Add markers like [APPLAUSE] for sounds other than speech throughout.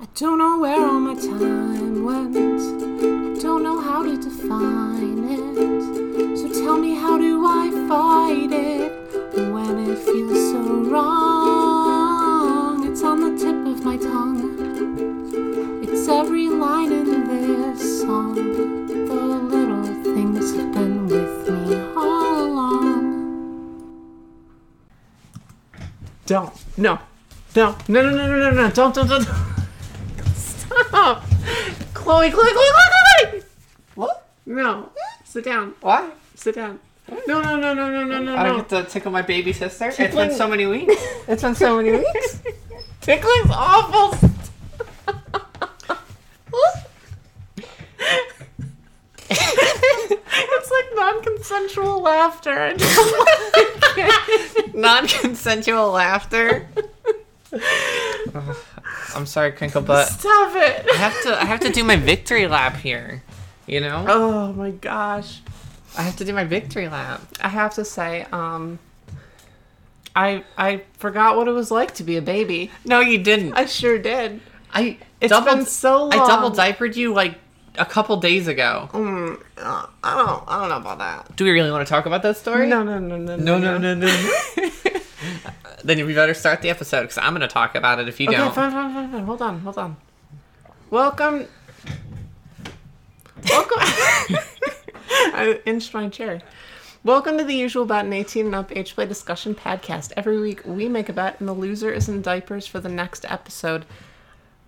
I don't know where all my time went. I don't know how to define it. So tell me, how do I fight it when it feels so wrong? It's on the tip of my tongue. It's every line in this song. The little things have been with me all along. Don't. No. No. No, no, no, no, no, no. Don't, don't, don't. [LAUGHS] Stop. Chloe, Chloe, Chloe, Chloe, Chloe. What? No. Sit down. Why? Sit down. No, no, no, no, no, no, no, I no. don't get to tickle my baby sister. It's Tickling- been so [LAUGHS] many weeks. It's been so many weeks. Tickling's awful. [LAUGHS] it's like non-consensual laughter. [LAUGHS] I don't like it. Non-consensual laughter. I'm sorry, Crinkle Butt. Stop it. I have to. I have to do my victory lap here. You know, Oh my gosh. I have to do my victory lap. I have to say, um, I I forgot what it was like to be a baby. No, you didn't. I sure did. I It's double, been so long. I double diapered you like a couple days ago. Mm, uh, I don't I don't know about that. Do we really want to talk about that story? No no no no no, no, no, no. no. [LAUGHS] then we better start the episode because I'm going to talk about it if you Okay, don't. fine, fine, fine, fine. Hold on, hold on. Welcome. Welcome. [LAUGHS] I inched my chair. Welcome to the usual bet and 18 and up age play discussion podcast. Every week we make a bet and the loser is in diapers for the next episode.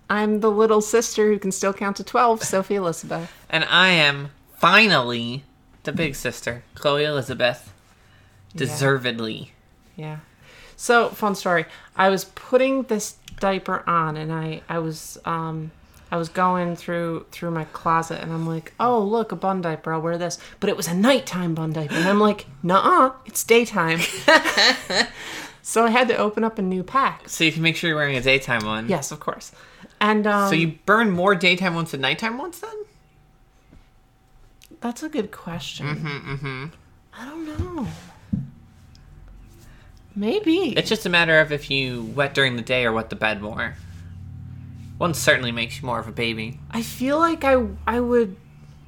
I'm the little sister who can still count to 12, Sophie Elizabeth. And I am finally the big sister, Chloe Elizabeth, deservedly. Yeah. So fun story. I was putting this diaper on, and I I was um I was going through through my closet, and I'm like, oh look, a bun diaper. I'll wear this. But it was a nighttime bun diaper, and I'm like, nah, it's [LAUGHS] daytime. so I had to open up a new pack. So you can make sure you're wearing a daytime one. Yes, of course. And um, So you burn more daytime ones than nighttime ones then? that's a good question. Mm-hmm, I don't know. Maybe. It's just a matter of if you wet during the day or wet the bed more. One certainly makes you more of a baby. I feel like I I would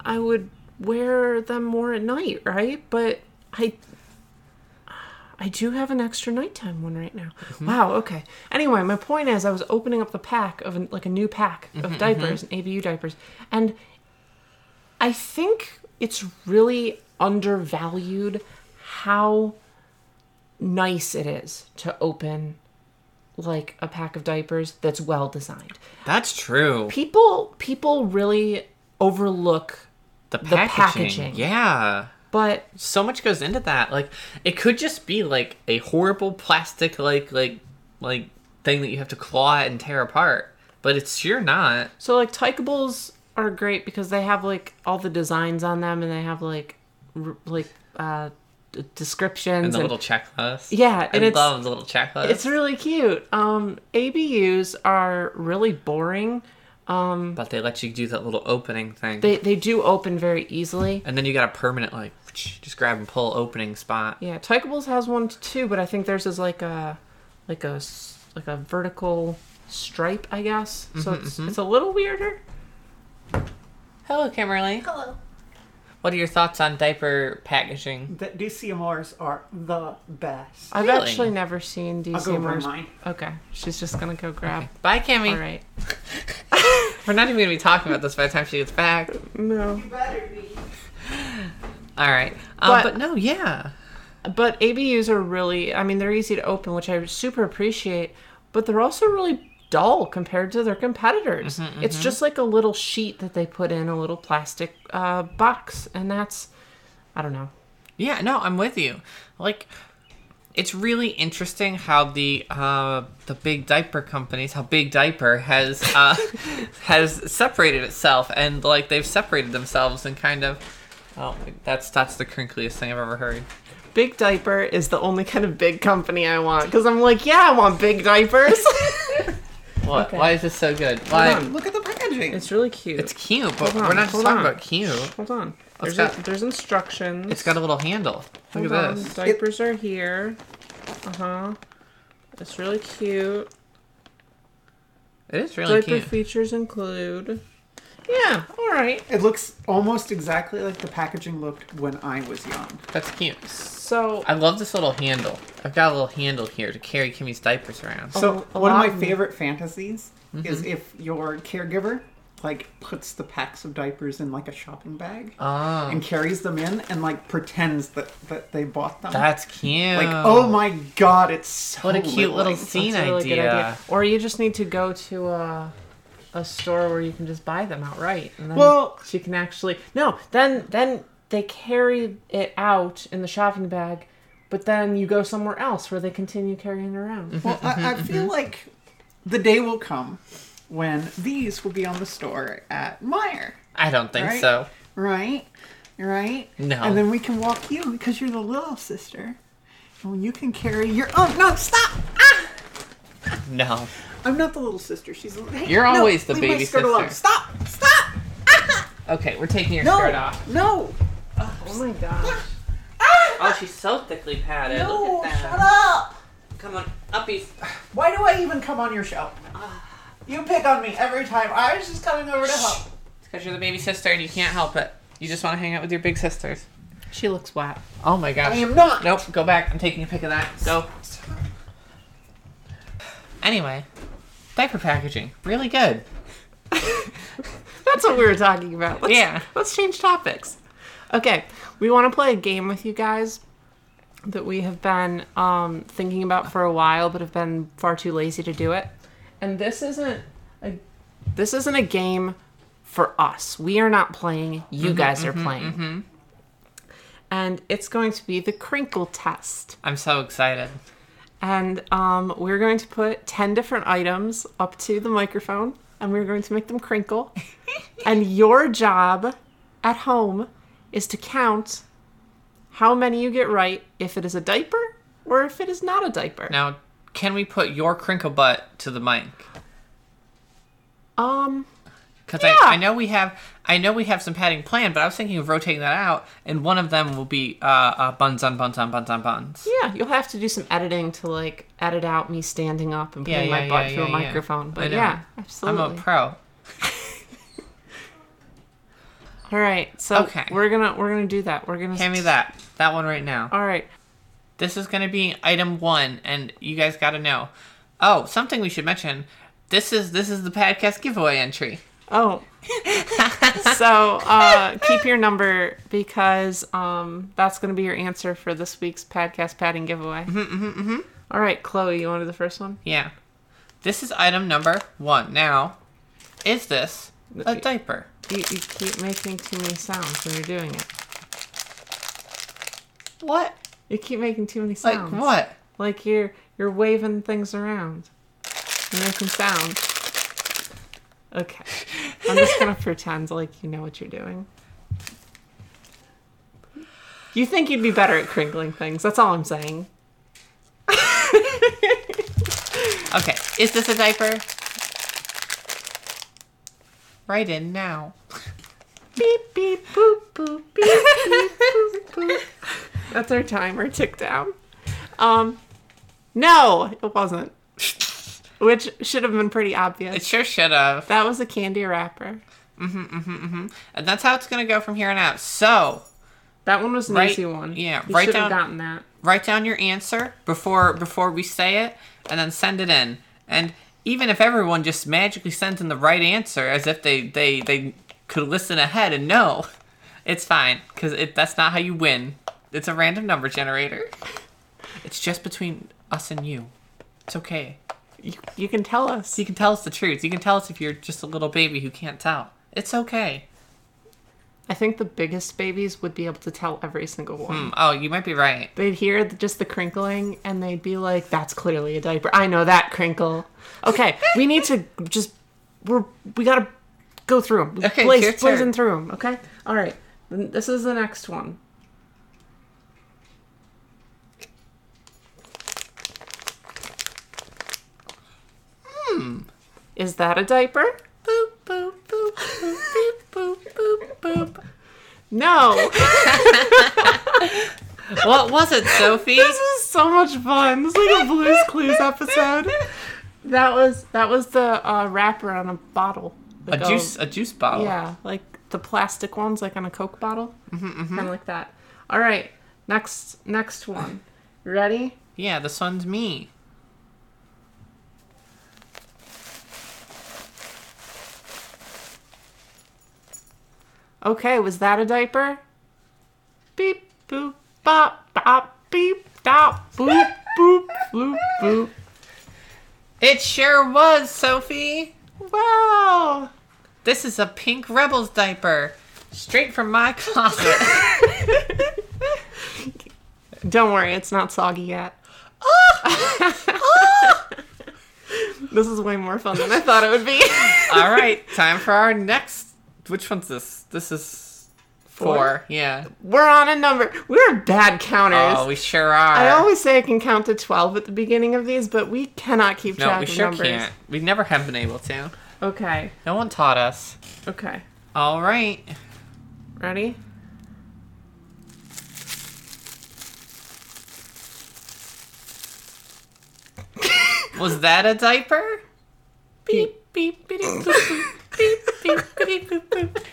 I would wear them more at night, right? But I I do have an extra nighttime one right now. Wow, okay. Anyway, my point is I was opening up the pack of an, like a new pack of diapers, and ABU diapers, and I think it's really undervalued how nice it is to open like a pack of diapers that's well designed That's true. people people really overlook The the packaging. packaging. Yeah. but So much goes into that. Like it could just be like a horrible plastic like like like thing that you have to claw at and tear apart. But it's sure not. so like tykeables are great because they have like all the designs on them and they have like r- like uh d- descriptions And the and- little checklist. Yeah, and I it's- love the little checklist. it's really cute um abus are really boring but they let you do that little opening thing. they they do open very easily and then you got a permanent like just grab and pull opening spot. yeah tykeables has one too but i think theirs is like a like a s- like a vertical stripe i guess so Mm-hmm, it's it's a little weirder Hello, Kimberly. Hello. What are your thoughts on diaper packaging? The DCMRs are the best. i've Really? actually never seen I'll dc go over Mars- mine. Okay, she's just gonna go grab. Bye, Kimmy. All right. We're not even gonna be talking about this by the time she gets back. No, All right. Um, But- but, no, yeah. but ABUs are really. I mean, they're easy to open, which I super appreciate. But they're also really dull compared to their competitors. Mm-hmm, It's just like a little sheet that they put in a little plastic uh, box, and that's. I don't know. Yeah, no, I'm with you. Like, it's really interesting how the uh, the big diaper companies, how Big Diaper has [LAUGHS] uh, has separated itself, and like they've separated themselves and kind of. Oh, that's that's the crinkliest thing I've ever heard. Big diaper is the only kind of big company I want because I'm like, yeah, I want big [LAUGHS] diapers. What? Okay. Why is this so good? Why? on. Look at the packaging. It's, it's really cute. cute, but Hold on, we're not just hold talking on. about cute. Hold on. Let's There's, go. a, there's instructions. It's got a little handle. Look Hold at on, this. Diapers are Uh-huh. here. Uh huh. It's really cute. It is really Diaper cute. features include. Yeah, all right. It looks almost exactly like the packaging looked when I was young. That's cute. So I love this little handle. I've got a little handle here to carry Kimmy's diapers around. So a one of lot my of- favorite fantasies is if your caregiver like puts the packs of diapers in like a shopping bag Oh. Ah. and carries them in and like pretends that that they bought them. That's cute. like oh my god, it's so What a cute little liberating. scene That's a really idea. good idea. Or you just need to go to a, a store where you can just buy them outright. And then Well- she can actually no. Then then they carry it out in the shopping bag, but then you go somewhere else where they continue carrying it around. Well, I, I Mm-hmm, feel like the day will come when these will be on the store at Meyer, I don't think Right? so. right? Right? No. And then we can walk you because you're the little sister. And you can carry your own. No, stop! Ah! No. I'm not the little sister. She's the. Hey, You're no, always the leave my baby skirt Alone. sister. Stop! Stop! Ah! Okay, we're taking your No! shirt off. No! Oh my gosh! Ah! Oh, she's so thickly padded. No! Shut up! Come on, uppies. Why do I even come on your show? You pick on me every time. I was just coming over to help. It's because you're the baby sister and you can't help it. You just want to hang out with your big sisters. She looks wet. Oh my gosh. I am not. Nope, go back. I'm taking a pic of that. Go. Anyway, diaper packaging. Really good. That's what we were talking about. Let's, Yeah. Let's change topics. Okay, we want to play a game with you guys that we have been um, thinking about for a while, but have been far too lazy to do it. And this isn't a this isn't a game for us. We are not playing. You guys are playing. And it's going to be the crinkle test. I'm so excited. And um, we're going to put 10 different items up to the microphone and we're going to make them [LAUGHS] crinkle. and your job at home is to count how many you get right if it is a diaper or if it is not a diaper. Now, can we put your crinkle butt to the mic? Um, Because Yeah. I, I know we have I know we have some padding planned, but I was thinking of rotating that out, and one of them will be uh, uh, buns on buns on buns on buns. yeah, you'll have to do some editing to like edit out me standing up and Yeah, putting yeah, my butt yeah, through a yeah, yeah. microphone. I But know. yeah, I'm absolutely. a pro. All right, so Okay. we're gonna we're gonna do that. We're gonna Hand me that that one right now. All right, This is going to be item one, and you guys got to know. Oh, something we should mention. This is this is the podcast giveaway entry. [LAUGHS] Oh. so uh, keep your number because um, that's going to be your answer for this week's podcast padding giveaway. Mm-hmm, mm-hmm, All right, Chloe, you want to do the first one? Yeah, this is item number one. Now, is this a diaper? You, you keep making too many sounds when you're doing it. What? You keep making too many Like sounds. what? Like you're you're waving things around. You're making sounds. Okay. I'm just [LAUGHS] gonna pretend like you know what you're doing. You think you'd be better at crinkling things, that's all I'm saying. Okay, is this a diaper? Right in now. Beep beep boop boop beep beep boop boop. That's our timer tick down. Um No, it wasn't. Which should have been pretty It obvious. sure should have. That was a candy wrapper. And that's how it's gonna go from here on out. So That one was an Right- easy one. yeah, you right should down- have gotten that. write down your answer before before we say it, and then send it in. And even if everyone just magically sends in the right answer, as if they they they could listen ahead and know, it's fine because it that's not how you win. It's a random number generator. It's just between us and you. It's okay. You, you can tell us. You can tell us the truth. You can tell us if you're just a little baby who can't tell. It's okay. I think the biggest babies would be able to tell every single one. Mm, Oh, you might be right. They'd hear the, just the crinkling and they'd be like, "That's clearly a diaper. I know that crinkle." Okay, we need to just we're we gotta go through them. Okay, it's your blaze, turn. blazing through them. Okay, all right. Then This is the next one. Hmm. Is that a diaper? Boop boop boop boop boop boop boop boop. No. What was it, Sophie? This is so much fun. This is like a Blues Clues episode. That was that was the uh, wrapper on a bottle. A Like juice, a juice bottle. Yeah, like the plastic ones, like on a Coke bottle, Mm-hmm, kind of like that. All right, next next one. Ready? Yeah, this one's me. Okay, was that a diaper? Beep boop bop bop beep dop boop boop bloop boop. It sure was, Sophie. Wow. This is a pink Rebels diaper, straight from my closet. Don't worry, it's not soggy yet. [LAUGHS] this is way more fun than I thought it would be. [LAUGHS] [LAUGHS] All right, time for our next. Which one's this? This is four. Yeah. We're on a number. We're bad counters. Oh, we sure are. I always say I can count to 12 at the beginning of these, but we cannot keep track no, we of sure numbers. can't. We never have been able to. Okay. No one taught us. Okay. All right. Ready? Was that a diaper? Beep beep beep boop, boop. beep beep beep boop, boop.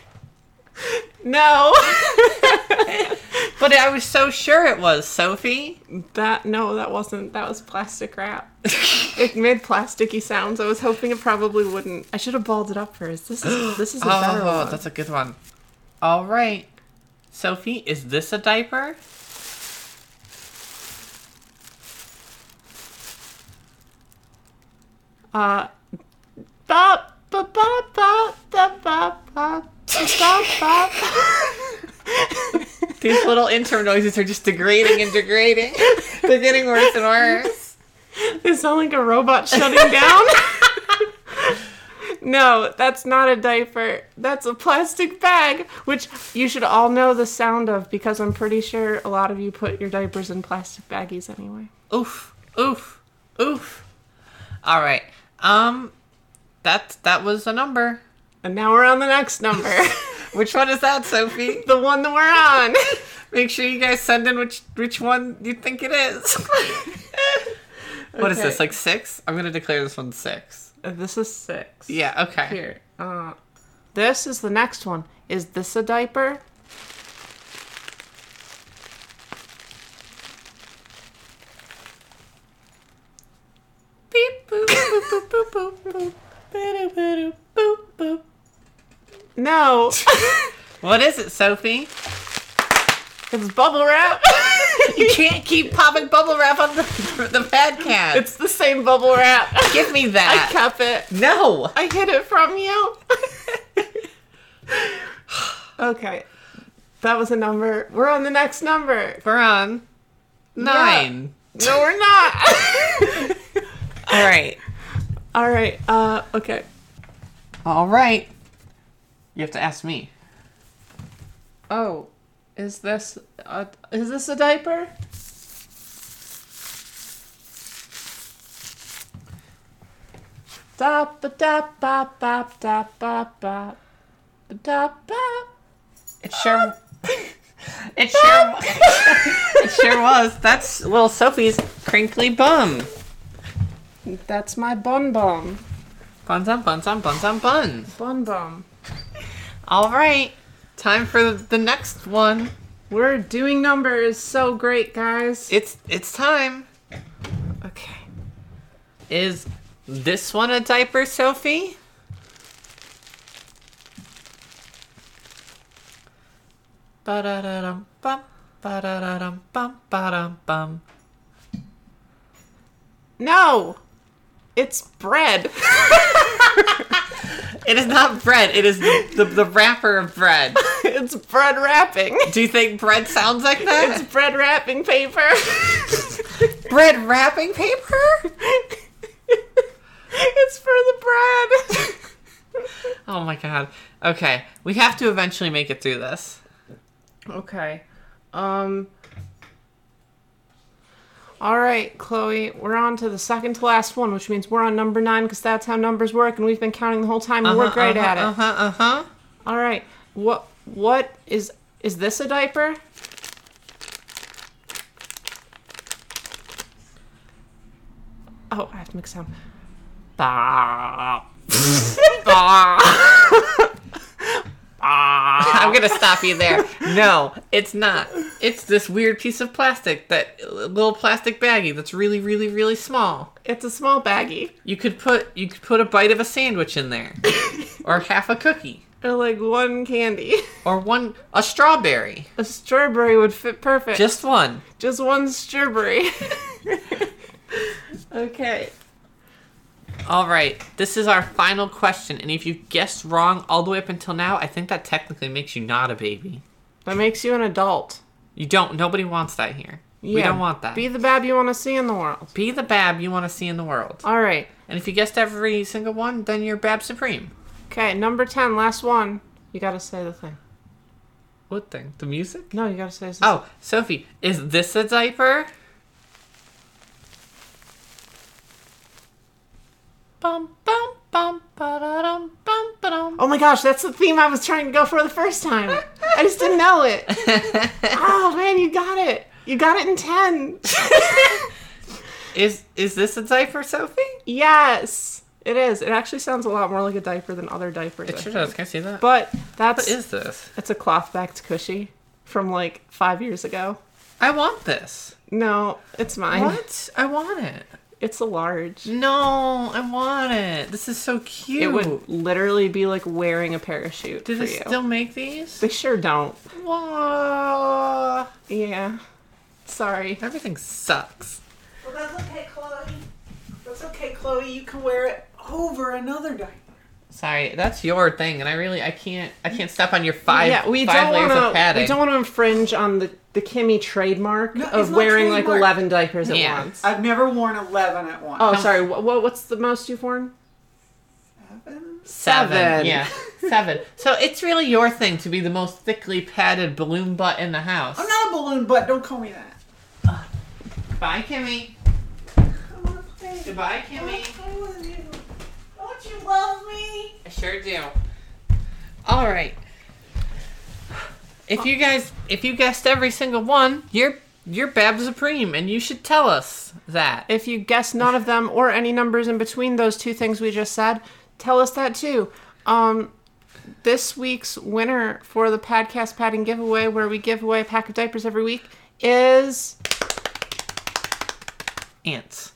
No. [LAUGHS] But I was so sure it was, [LAUGHS] Sophie. that no, that wasn't. That was plastic wrap. It made plasticky sounds. I was hoping it probably wouldn't. Ah, I should have balled it up first. This is this [GASPS] is a better Oh, one. that's a good one. All right. Sophie, is this a diaper? Uh, bop, bop, bop, bop, bop, bop, [LAUGHS] bop, bop, bop. These little interim noises are just degrading [LAUGHS] and degrading. They're getting worse and worse. They sound like a robot shutting down. [LAUGHS] no, that's not a diaper. That's a plastic bag, which you should all know the sound of because I'm pretty sure a lot of you put your diapers in plastic baggies anyway. Oof, oof, oof. All right. Um, that that was a number. And now we're on the next [LAUGHS] number. Which one is that, Sophie? the one that we're on. [LAUGHS] Make sure you guys send in which which one you think [LAUGHS] it is. What is this? Okay. Like six? I'm gonna declare this one six. Uh, This is six. Yeah. Okay. Here. Uh, this is the next one. Is this a diaper? Beep boop boop boop boop boop boop boop boop boop boop. No, [LAUGHS] What is it, Sophie? it's bubble wrap. [LAUGHS] You can't keep popping bubble wrap on the the podcast. it's the same bubble wrap. Give [LAUGHS] me I that. kept it. No. I hid it from you. [LAUGHS] okay. That was a number. We're on the next number. We're on nine. No, we're not. [LAUGHS] All right. All right. Uh, okay. All right. You have to ask me. Oh, is this a, is this a diaper? Da ba da ba ba da ba ba ba da ba. It sure. it sure. [LAUGHS] it sure was. That's little Sophie's crinkly bum. That's my bun bum. Buns on buns on buns on buns. Bun bum. All right. Time for the next one. We're doing numbers so great, guys. It's it's time. okay. Is this one a diaper, Sophie? Ba-da-da-dum, bum, ba-da-da-dum, bum, ba-dum, bum. No, it's bread. [LAUGHS] It is not bread. It is the, the, the wrapper of bread. it's bread wrapping. Do you think bread sounds like It's that? bread wrapping paper. [LAUGHS] bread wrapping paper? [LAUGHS] it's for the Oh my god. Okay, we have to eventually make it through this. bread. [LAUGHS] okay. Um. All right, Chloe, we're on to the second to last one, which means we're on number nine because that's how numbers work, and we've been counting the whole time, and we're great at it. Uh huh, uh huh. All right. What what is is this a diaper? Oh, I have to mix sound. [LAUGHS] Bah. [LAUGHS] I'm gonna stop you there. No, it's not. It's this weird piece of plastic, that little plastic baggie that's really, really, really small. It's a small baggie. You could put you could put a bite of a sandwich in there, or half a cookie, Or like one candy. [LAUGHS] or one a strawberry, A strawberry would fit perfect. Just, just one. Just one strawberry. [LAUGHS] okay. All right, this is our final question, and if you guessed wrong all the way up until now, I think that technically makes you not a baby. That makes you an adult. You don't. Nobody wants that here. We Yeah. don't want that. Be the bab you want to see in the world. Be the Bab you want to see in the world. All right. And if you guessed every single one, then you're Bab Supreme. Okay, number 10, last one. You got to say the thing. What thing? The music? No, you got to say this. Oh, Sophie, is this a diaper? Bum bum bum ba-da-dum, bum ba-dum. Oh my gosh, that's the theme I was trying to go for the first time. I just didn't know it. [LAUGHS] Oh man, you got it. You got it in 10. [LAUGHS] is is this a diaper, Sophie? Yes, it is. It actually sounds a lot more like a diaper than other diapers. I It sure think. does. Can I see that? But what that's is this? it's a cloth backed cushy from like five years ago. I want this. No, it's mine. What? I want it. It's a large. No, I want it. This is so cute. It would literally be like wearing a parachute Do for they you. still make these? They sure don't. Whoa. Yeah. Sorry. Everything sucks. Well, that's okay, Chloe. That's okay, Chloe. You can wear it over another diaper. Sorry, that's your thing, and I really I can't I can't step on your five yeah, we five don't layers of want to. padding. We don't want to infringe on the the Kimmy trademark No, it's of not wearing like trademark. eleven diapers at Yeah. once. I've never worn 11 at once. oh, sorry. What, what's the most you've worn? Seven? seven. seven. [LAUGHS] Yeah, seven. So it's really your thing to be the most thickly padded balloon butt in the house. Oh, I'm not a balloon butt. Don't call me that. Bye, Kimmy. I want to play. Goodbye, I want Kimmy. to play with you. Don't you love me? I sure do. All right. If you guys, if you guessed every single one, you're you're Bab Supreme, and you should tell us that. If you guess none of them or any numbers in between those two things we just said, tell us that too. Um, this week's winner for the podcast padding giveaway, where we give away a pack of diapers every week, is Ants.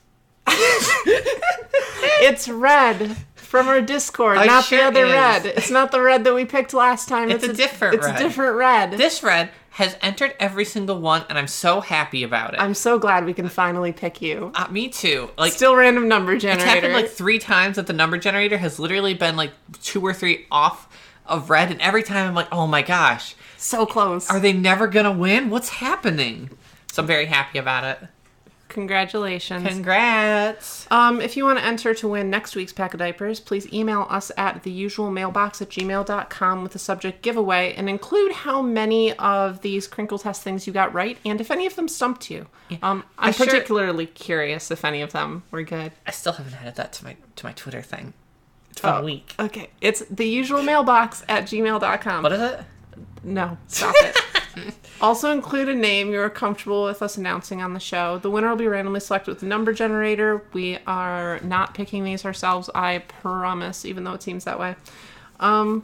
it's red from our Discord, I not sure the other is. red. It's not the red that we picked last time. It's a different It's red. a different red. This red has entered every single one, and I'm so happy about it. I'm so glad we can finally pick you. Uh, me too. Like Still random number It's generator. happened like three times that the number generator has literally been like two or three off of red, and every time I'm like, oh my gosh, so close. are they never gonna win? What's happening? So I'm very happy about it. Congratulations. Congrats. um, if you want to enter to win next week's pack of diapers, please email us at the usual mailbox at gmail.com with the subject giveaway and include how many of these crinkle test things you got right and if any of them stumped you. Um, I'm I sure- particularly curious if any of them were good. I still haven't added that to my to my Twitter thing. It's been Oh. a week. Okay. It's the usual mailbox at gmail.com. What is it? No, [LAUGHS] stop it. also include a name you are comfortable with us announcing on the show. The winner will be randomly selected with a number generator. We are not picking these ourselves, I promise, even though it seems that way. Um,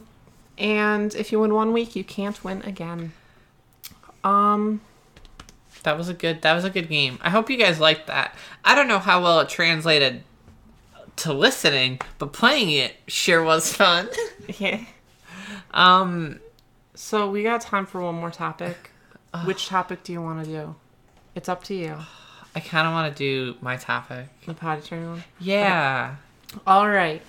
and if you win one week, you can't win again. Um, That was a good that was a good game. I hope you guys liked that. I don't know how well it translated to listening, but playing it sure was [LAUGHS] fun. yeah. um So we got time for one more topic. Which topic do you want to do? It's up to you. I kinda wanna do my topic. The potty training one. Yeah. All right.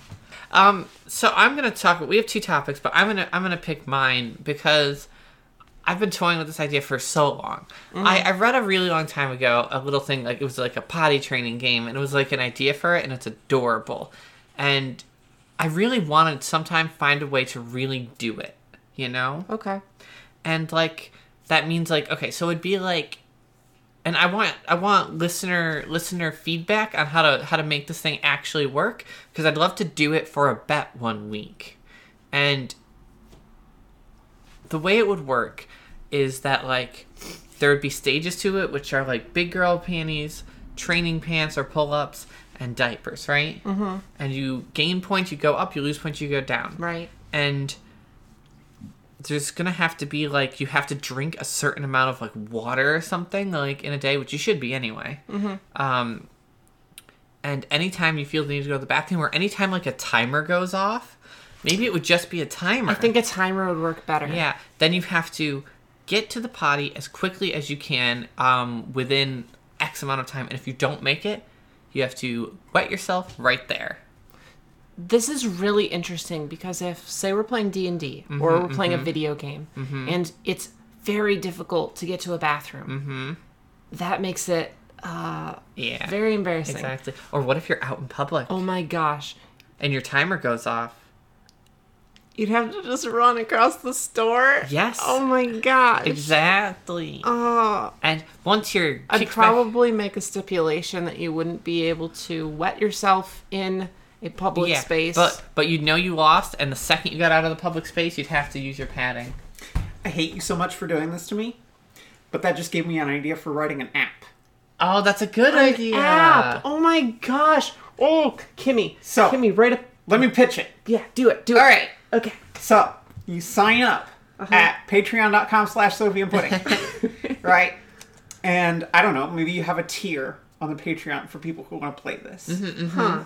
Um, so I'm gonna talk. We have two topics, but I'm gonna I'm gonna pick mine because I've been toying with this idea for so long. I, I read a really long time ago a little thing like it was like a potty training game, and it was like an idea for it, and it's adorable. And I really wanted sometime find a way to really do it, you know Okay. and like that means like okay so it'd be like and i want i want listener listener feedback on how to how to make this thing actually work because i'd love to do it for a bet one week and the way it would work is that like there would be stages to it which are like big girl panties training pants or pull-ups and diapers, right? Mm-hmm. And you gain points, you go up, you lose points, you go down. Right. And there's gonna have to be like you have to drink a certain amount of like water or something like in a day, which you should be anyway. Mm-hmm. Um, and anytime you feel the need to go to the bathroom, or anytime like a timer goes off, maybe it would just be a timer. I think a timer would work better. Yeah. Then you have to get to the potty as quickly as you can um, within X amount of time. And if you don't make it, you have to wet yourself right there. this is really interesting because if say we're playing d&d Mm-hmm, or we're playing a video game and it's very difficult to get to a bathroom that makes it uh, Yeah. very embarrassing Mm-hmm. exactly. Or what if you're out in public oh my gosh and your timer goes off? you'd have to just run across the store Yes. oh my gosh Exactly. oh, and once you're i'd kicked back- probably make a stipulation that you wouldn't be able to wet yourself in a public yeah, space but but you'd know you lost, and the second you got out of the public space, you'd have to use your padding. I hate you so much for doing this to me, but that just gave me an idea for writing an app. Oh, that's a good An idea. app. oh my gosh oh kimmy So- kimmy right up Let me pitch it. yeah do it do it All right. Uh-huh. okay So you sign up at patreon.com slash Sophie and [LAUGHS] Pudding. right? And I don't know, maybe you have a tier on the Patreon for people who want to play this. Mm-hmm.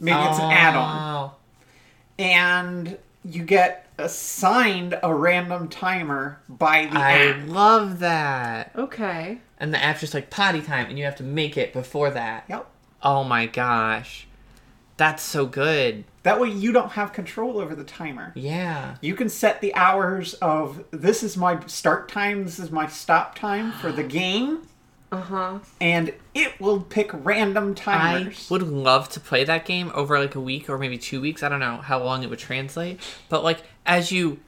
Maybe it's an add-on. Oh. And you get assigned a random timer by the I app. love that. Okay. And the app's just like potty time, and you have to make it before that. Yep. Oh my gosh. That's so good. That way you don't have control over the timer. Yeah. You can set the hours of this is my start time, this is my stop time for [GASPS] the game, Uh huh. and it will pick random Uh-huh. I timers. would love to play that game over like a week or maybe two weeks. I don't know how long it would translate. But like as you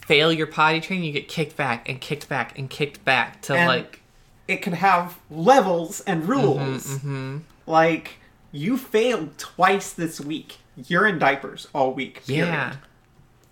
fail your potty training, you get kicked back and kicked back and kicked back to And like Mm-hmm, it could have levels and rules. Like you failed twice this week. You're in diapers all week. Period. yeah.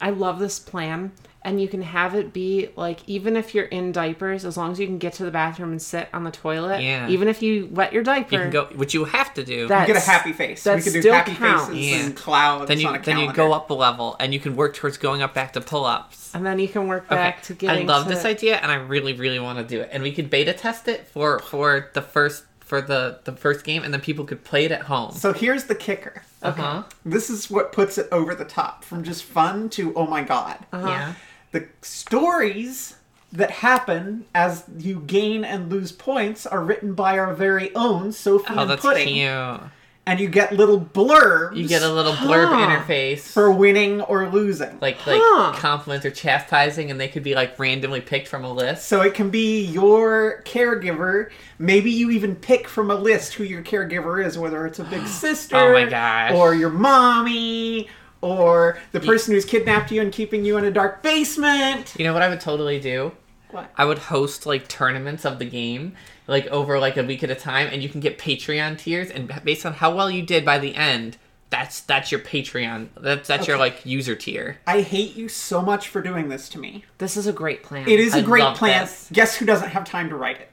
I love this plan. And you can have it be like, even if you're in diapers, as long as you can get to the bathroom and sit on the toilet, Yeah. even if you wet your diaper, You can go which you have to do. That- You get That's- a happy face. We that could do still happy counts. faces Yeah. and clouds then on a you then calendar. you go up a level and you can work towards going up back to pull ups. and then you can work Okay. back to I getting. love to- this idea and I really, really want to do it. And we could beta test it for for the first for the the first game and then people could play it at home. So here's the kicker. uh-huh. This is what puts it over the top from just fun to oh my god. Uh-huh. Yeah. The stories that happen as you gain and lose points are written by our very own Sophie Oh, and that's Pudding, cute. and you get little blurbs You get a little blurb Huh. interface. for winning or losing. like like Huh. compliments or chastising and they could be like randomly picked from a list So it can be your caregiver. Maybe you even pick from a list who your caregiver is, whether it's a big sister, [GASPS] Oh my gosh. or your mommy, or the person who's kidnapped you and keeping you in a dark basement. you know what i would totally do What? i would host like tournaments of the game like over like a week at a time and you can get patreon tiers and based on how well you did by the end that's that's your patreon that's that's your like user tier I hate you so much for doing this to me. This is a great plan. It is a I great love plan. this. Guess who doesn't have time to write it?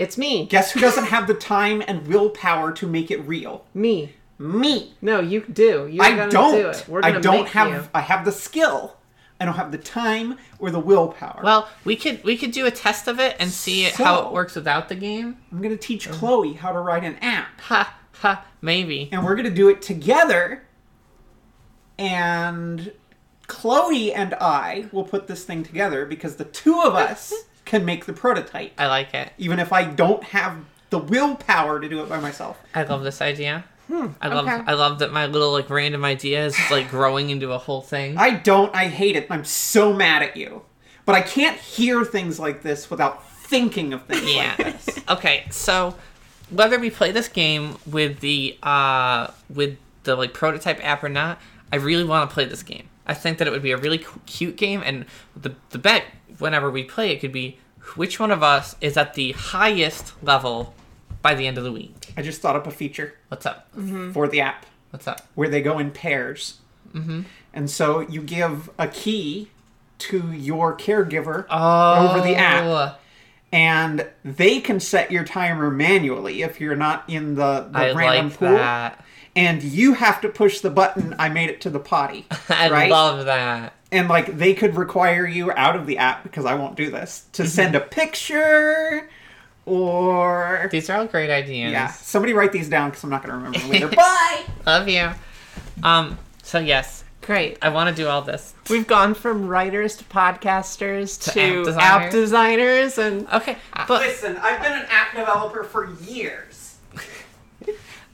It's me. Guess who doesn't have the time and willpower to make it real? me. Me. No, you do. You're I gonna Do don't. it. We're gonna I don't make have. you. I have the skill. I don't have the time or the willpower. well we could we could do a test of it and see it how So- it works without the game I'm gonna teach Chloe how to write an app, ha ha maybe and we're gonna do it together. And Chloe and I will put this thing together because the two of us can make the prototype, i like it even if I don't have the willpower to do it by myself. I love this idea. I love Hmm, okay. I love that my little like random idea is like growing into a whole thing. I don't. I hate it. I'm so mad at you. But I can't hear things like this without thinking of things like yeah. this. [LAUGHS] okay, so whether we play this game with the uh with the like prototype app or not, I really want to play this game. I think that it would be a really cu- cute game and the the bet whenever we play it could be which one of us is at the highest level by the end of the week. I just thought up a feature What's up? for the app. What's up? where they go in pairs. Mm-hmm. And so you Oh. give a key to your caregiver over the app, and they can set your timer manually if you're not in the, the I random like pool. that. [LAUGHS] And you have to push the button. I made it to the potty, [LAUGHS] I right? love that. and like they could require you out of the app because I won't do this Mm-hmm. to send a picture or These are all great ideas. yeah. Somebody write these down because I'm not going to remember [LAUGHS] them later. Bye. Love you. Um. So yes, Great. I want to do all this. We've gone from writers to podcasters to, app app, designers. designers and Okay, Uh, but Listen, I've been an app developer for years.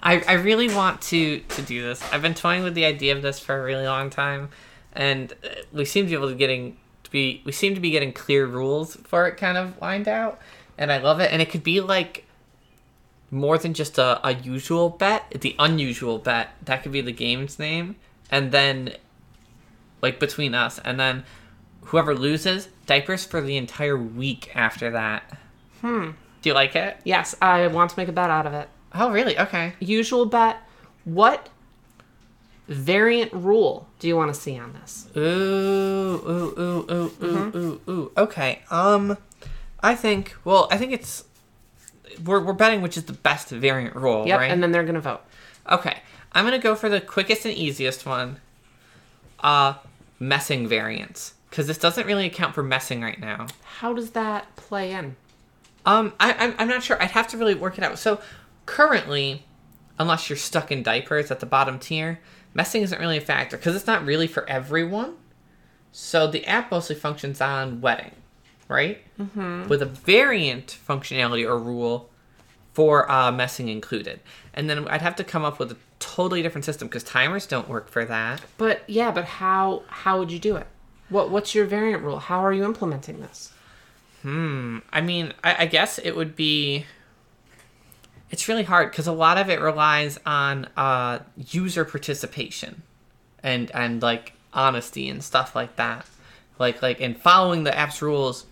I, I really want to to do this. I've been toying with the idea of this for a really long time, and uh, we seem to be able to getting to be we seem to be getting clear rules for it kind of lined out, and I love it. And it could be like more than just a, a usual bet, the unusual bet that could be the game's name, and then like between us, and then whoever loses diapers for the entire week after that. Hmm. Do you like it? yes, I want to make a bet out of it. Oh, really? Okay. Usual bet. What variant rule do you want to see on this? Ooh, ooh, ooh, ooh, Mm-hmm. ooh, ooh, ooh. Okay. Um, I think. Well, I think it's. We're we're betting which is the best variant rule, Yep, right? and then they're gonna vote. okay, I'm gonna go for the quickest and easiest one. Uh, messing variants, because this doesn't really account for messing right now. How does that play in? Um, I, I'm, I'm not sure. I'd have to really work it out. So, currently, unless you're stuck in diapers at the bottom tier, messing isn't really a factor because it's not really for everyone. So, the app mostly functions on wetting, right? Mm-hmm. With a variant functionality or rule for uh, messing included. And then I'd have to come up with a totally different system because timers don't work for that. But yeah, but how how would you do it? What what's your variant rule? How are you implementing this? I mean, I, I guess it would be. It's really hard because a lot of it relies on uh, user participation, and and like honesty and stuff like that, like like and following the app's rules,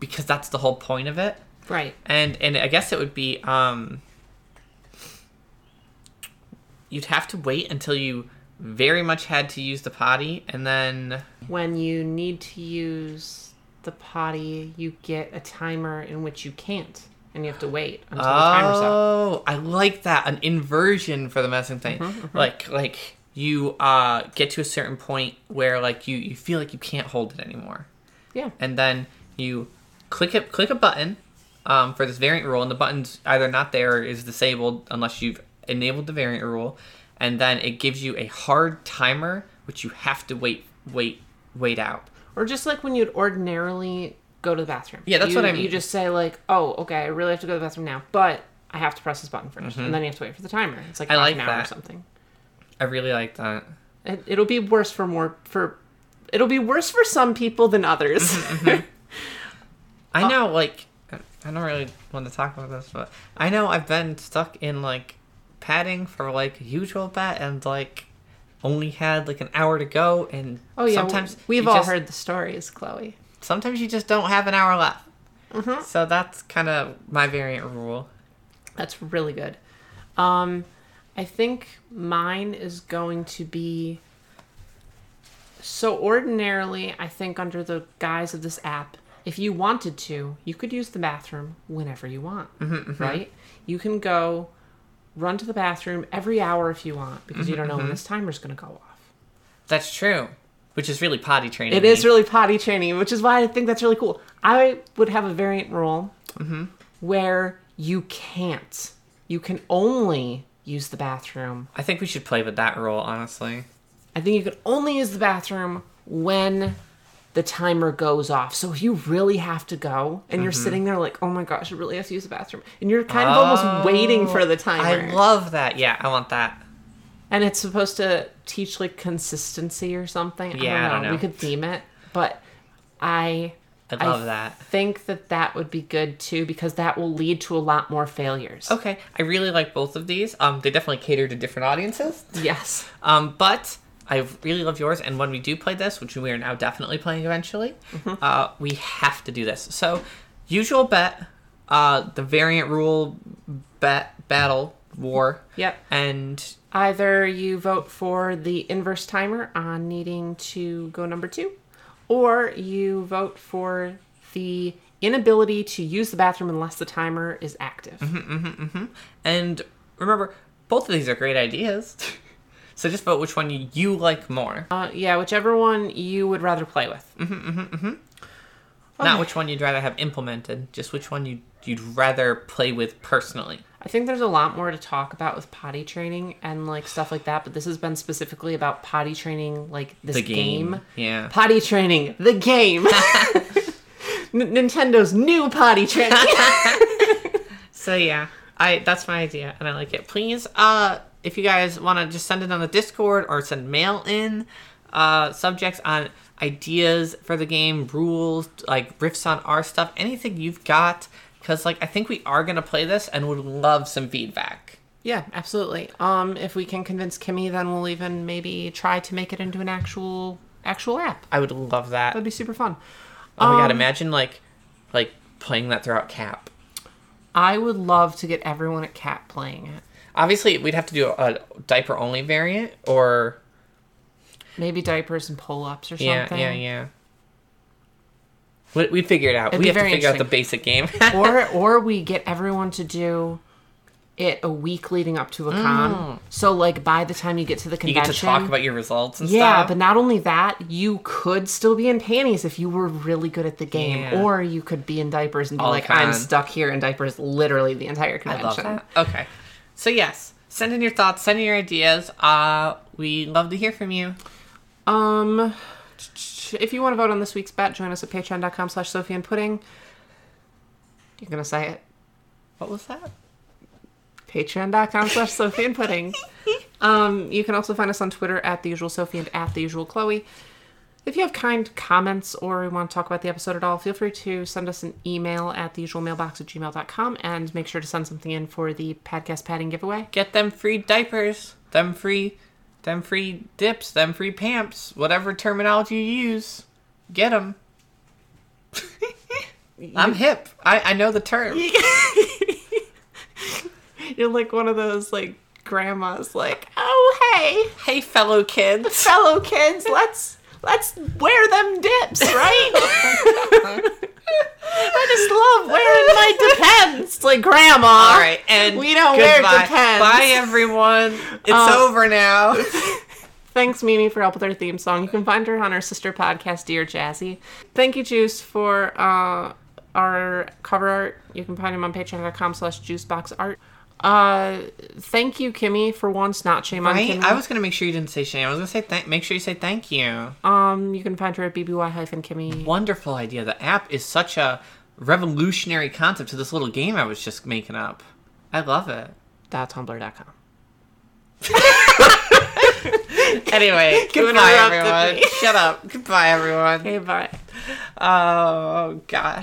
because that's the whole point of it. Right. And and I guess it would be um. You'd have to wait until you very much had to use the potty, and then When you need to use the potty, you get a timer in which you can't, and you have to wait until the timer's up. Oh, I like that. An inversion for the messing thing. Mm-hmm, Like like you uh get to a certain point where like you you feel like you can't hold it anymore. Yeah. And then you click it click a button um, for this variant rule and the button's either not there or is disabled unless you've enabled the variant rule and then it gives you a hard timer which you have to wait wait wait out. Or just like when you'd ordinarily go to the bathroom. Yeah, that's You- what I mean. You just say like, "Oh, okay, I really have to go to the bathroom now, but I have to press this button 1st and then you have to wait for the timer. It's like Mm-hmm. half I like an hour or that. something. I really like that. It, it'll be worse for more for. It'll be worse for some people than others. Mm-hmm, Uh, I know, like, I I don't really want to talk about this, but I know I've been stuck in like padding for like a usual bet and like only had like an hour to go, and [LAUGHS] Oh yeah, sometimes we've you all just- heard the stories, Chloe. Sometimes you just don't have an hour left. Mm-hmm. So that's kind of my variant rule. That's really good. Um, I think mine is going to be. So ordinarily, I think under the guise of this app, if you wanted to, you could use the bathroom whenever you want, right? You can go run to the bathroom every hour if you want because you don't know when this timer's going to go off. That's true, which is really potty training. It is really potty training, which is why I think that's really cool. I would have a variant rule where you can't. You can only use the bathroom. I think we should play with that rule, honestly. I think you can only use the bathroom when the timer goes off. So if you really have to go and Mm-hmm. you're sitting there like, oh my gosh, I really have to use the bathroom. And you're kind of almost waiting for the timer. Oh, I love that. Yeah, I want that. and it's supposed to teach like consistency or something. Yeah, I I don't don't know. know. We could theme it, but I I love I that. think that that would be good too because that will lead to a lot more failures. Okay, I really like both of these. Um, they definitely cater to different audiences. Yes. Um, but I really love yours, and when we do play this, which we are now definitely playing eventually, uh, we have to do this. So, usual bet, uh, the variant rule bet battle war. Yep. And Either you vote for the inverse timer on needing to go number two, or you vote for the inability to use the bathroom unless the timer is active. Mm-hmm. And remember, both of these are great ideas. [LAUGHS] so just vote which one you, you like more, Uh, yeah, whichever one you would rather play with. not which one you'd rather have implemented. Just which one you you'd rather play with personally. I think there's a lot more to talk about with potty training and like stuff like that, but this has been specifically about potty training, like this The game. game. Yeah. Potty training, the [LAUGHS] game. N- Nintendo's new potty [LAUGHS] training. So yeah, I that's my idea, and I like it. Please, uh, if you guys want to just send it on the Discord or send mail in, uh, subjects on ideas for the game, rules, like riffs on our stuff, anything you've got, because like I think we are gonna play this and would love some feedback. yeah, absolutely. Um, if we can convince Kimmy, then we'll even maybe try to make it into an actual actual app. I would love that. That'd be super fun. oh my god, um, imagine like, like playing that throughout Cap. I would love to get everyone at Cat playing it. Obviously, we'd have to do a, a diaper only variant, or Maybe diapers and pull ups or something. yeah, yeah, yeah. We, we figure it out. It'd we be have to very figure out the interesting. basic game. [LAUGHS] or or we get everyone to do it a week leading up to a con. So like by the time you get to the Mm. you convention, get to talk about your results and yeah. stuff. But not only that, you could still be in panties if you were really good at the game, Yeah. or you could be in diapers and be All like, fun. "I'm stuck here in diapers literally the entire convention." Okay. So yes, send in your thoughts, send in your ideas. Uh, we love to hear from you. Um, if you want to vote on this week's bet, join us at patreon.com slash Sophie and Pudding. You're gonna say it. What was that? patreon.com slash sophie and pudding um, you can also find us on twitter at the usual sophie and at the usual chloe if you have kind comments or want to talk about the episode at all feel free to send us an email at the usual mailbox at gmail.com and make sure to send something in for the podcast padding giveaway Get them free diapers, them free, them free dips, them free pamps, whatever terminology you use. [LAUGHS] Get them. I'm hip. I, I know [LAUGHS] the term. you're like one of those like grandmas like oh hey Hey, fellow kids. fellow kids let's let's wear them dips right [LAUGHS] i just love wearing my depends like grandma All [LAUGHS] right, and We don't wear Um, goodbye. Depends. Bye, everyone. It's over now. [LAUGHS] Thanks, Mimi, for help with our theme song. You can find her on our sister podcast, Dear Jazzy. Thank you, Juice, for uh, our cover art. You can find him on patreon.com slash juiceboxart. Uh, thank you, Kimmy, for once, not shame on Right? Kimmy. I was gonna make sure you didn't say shame. I was gonna say thank. Make sure you say thank you. um, you can find her at bby-kimmy. Wonderful idea. The app is such a revolutionary concept to this little game I was just making up. I love it. dot tumblr.com. Anyway, [LAUGHS] goodbye Interrupted everyone. me. Shut up. Goodbye everyone. Okay, bye. Oh gosh.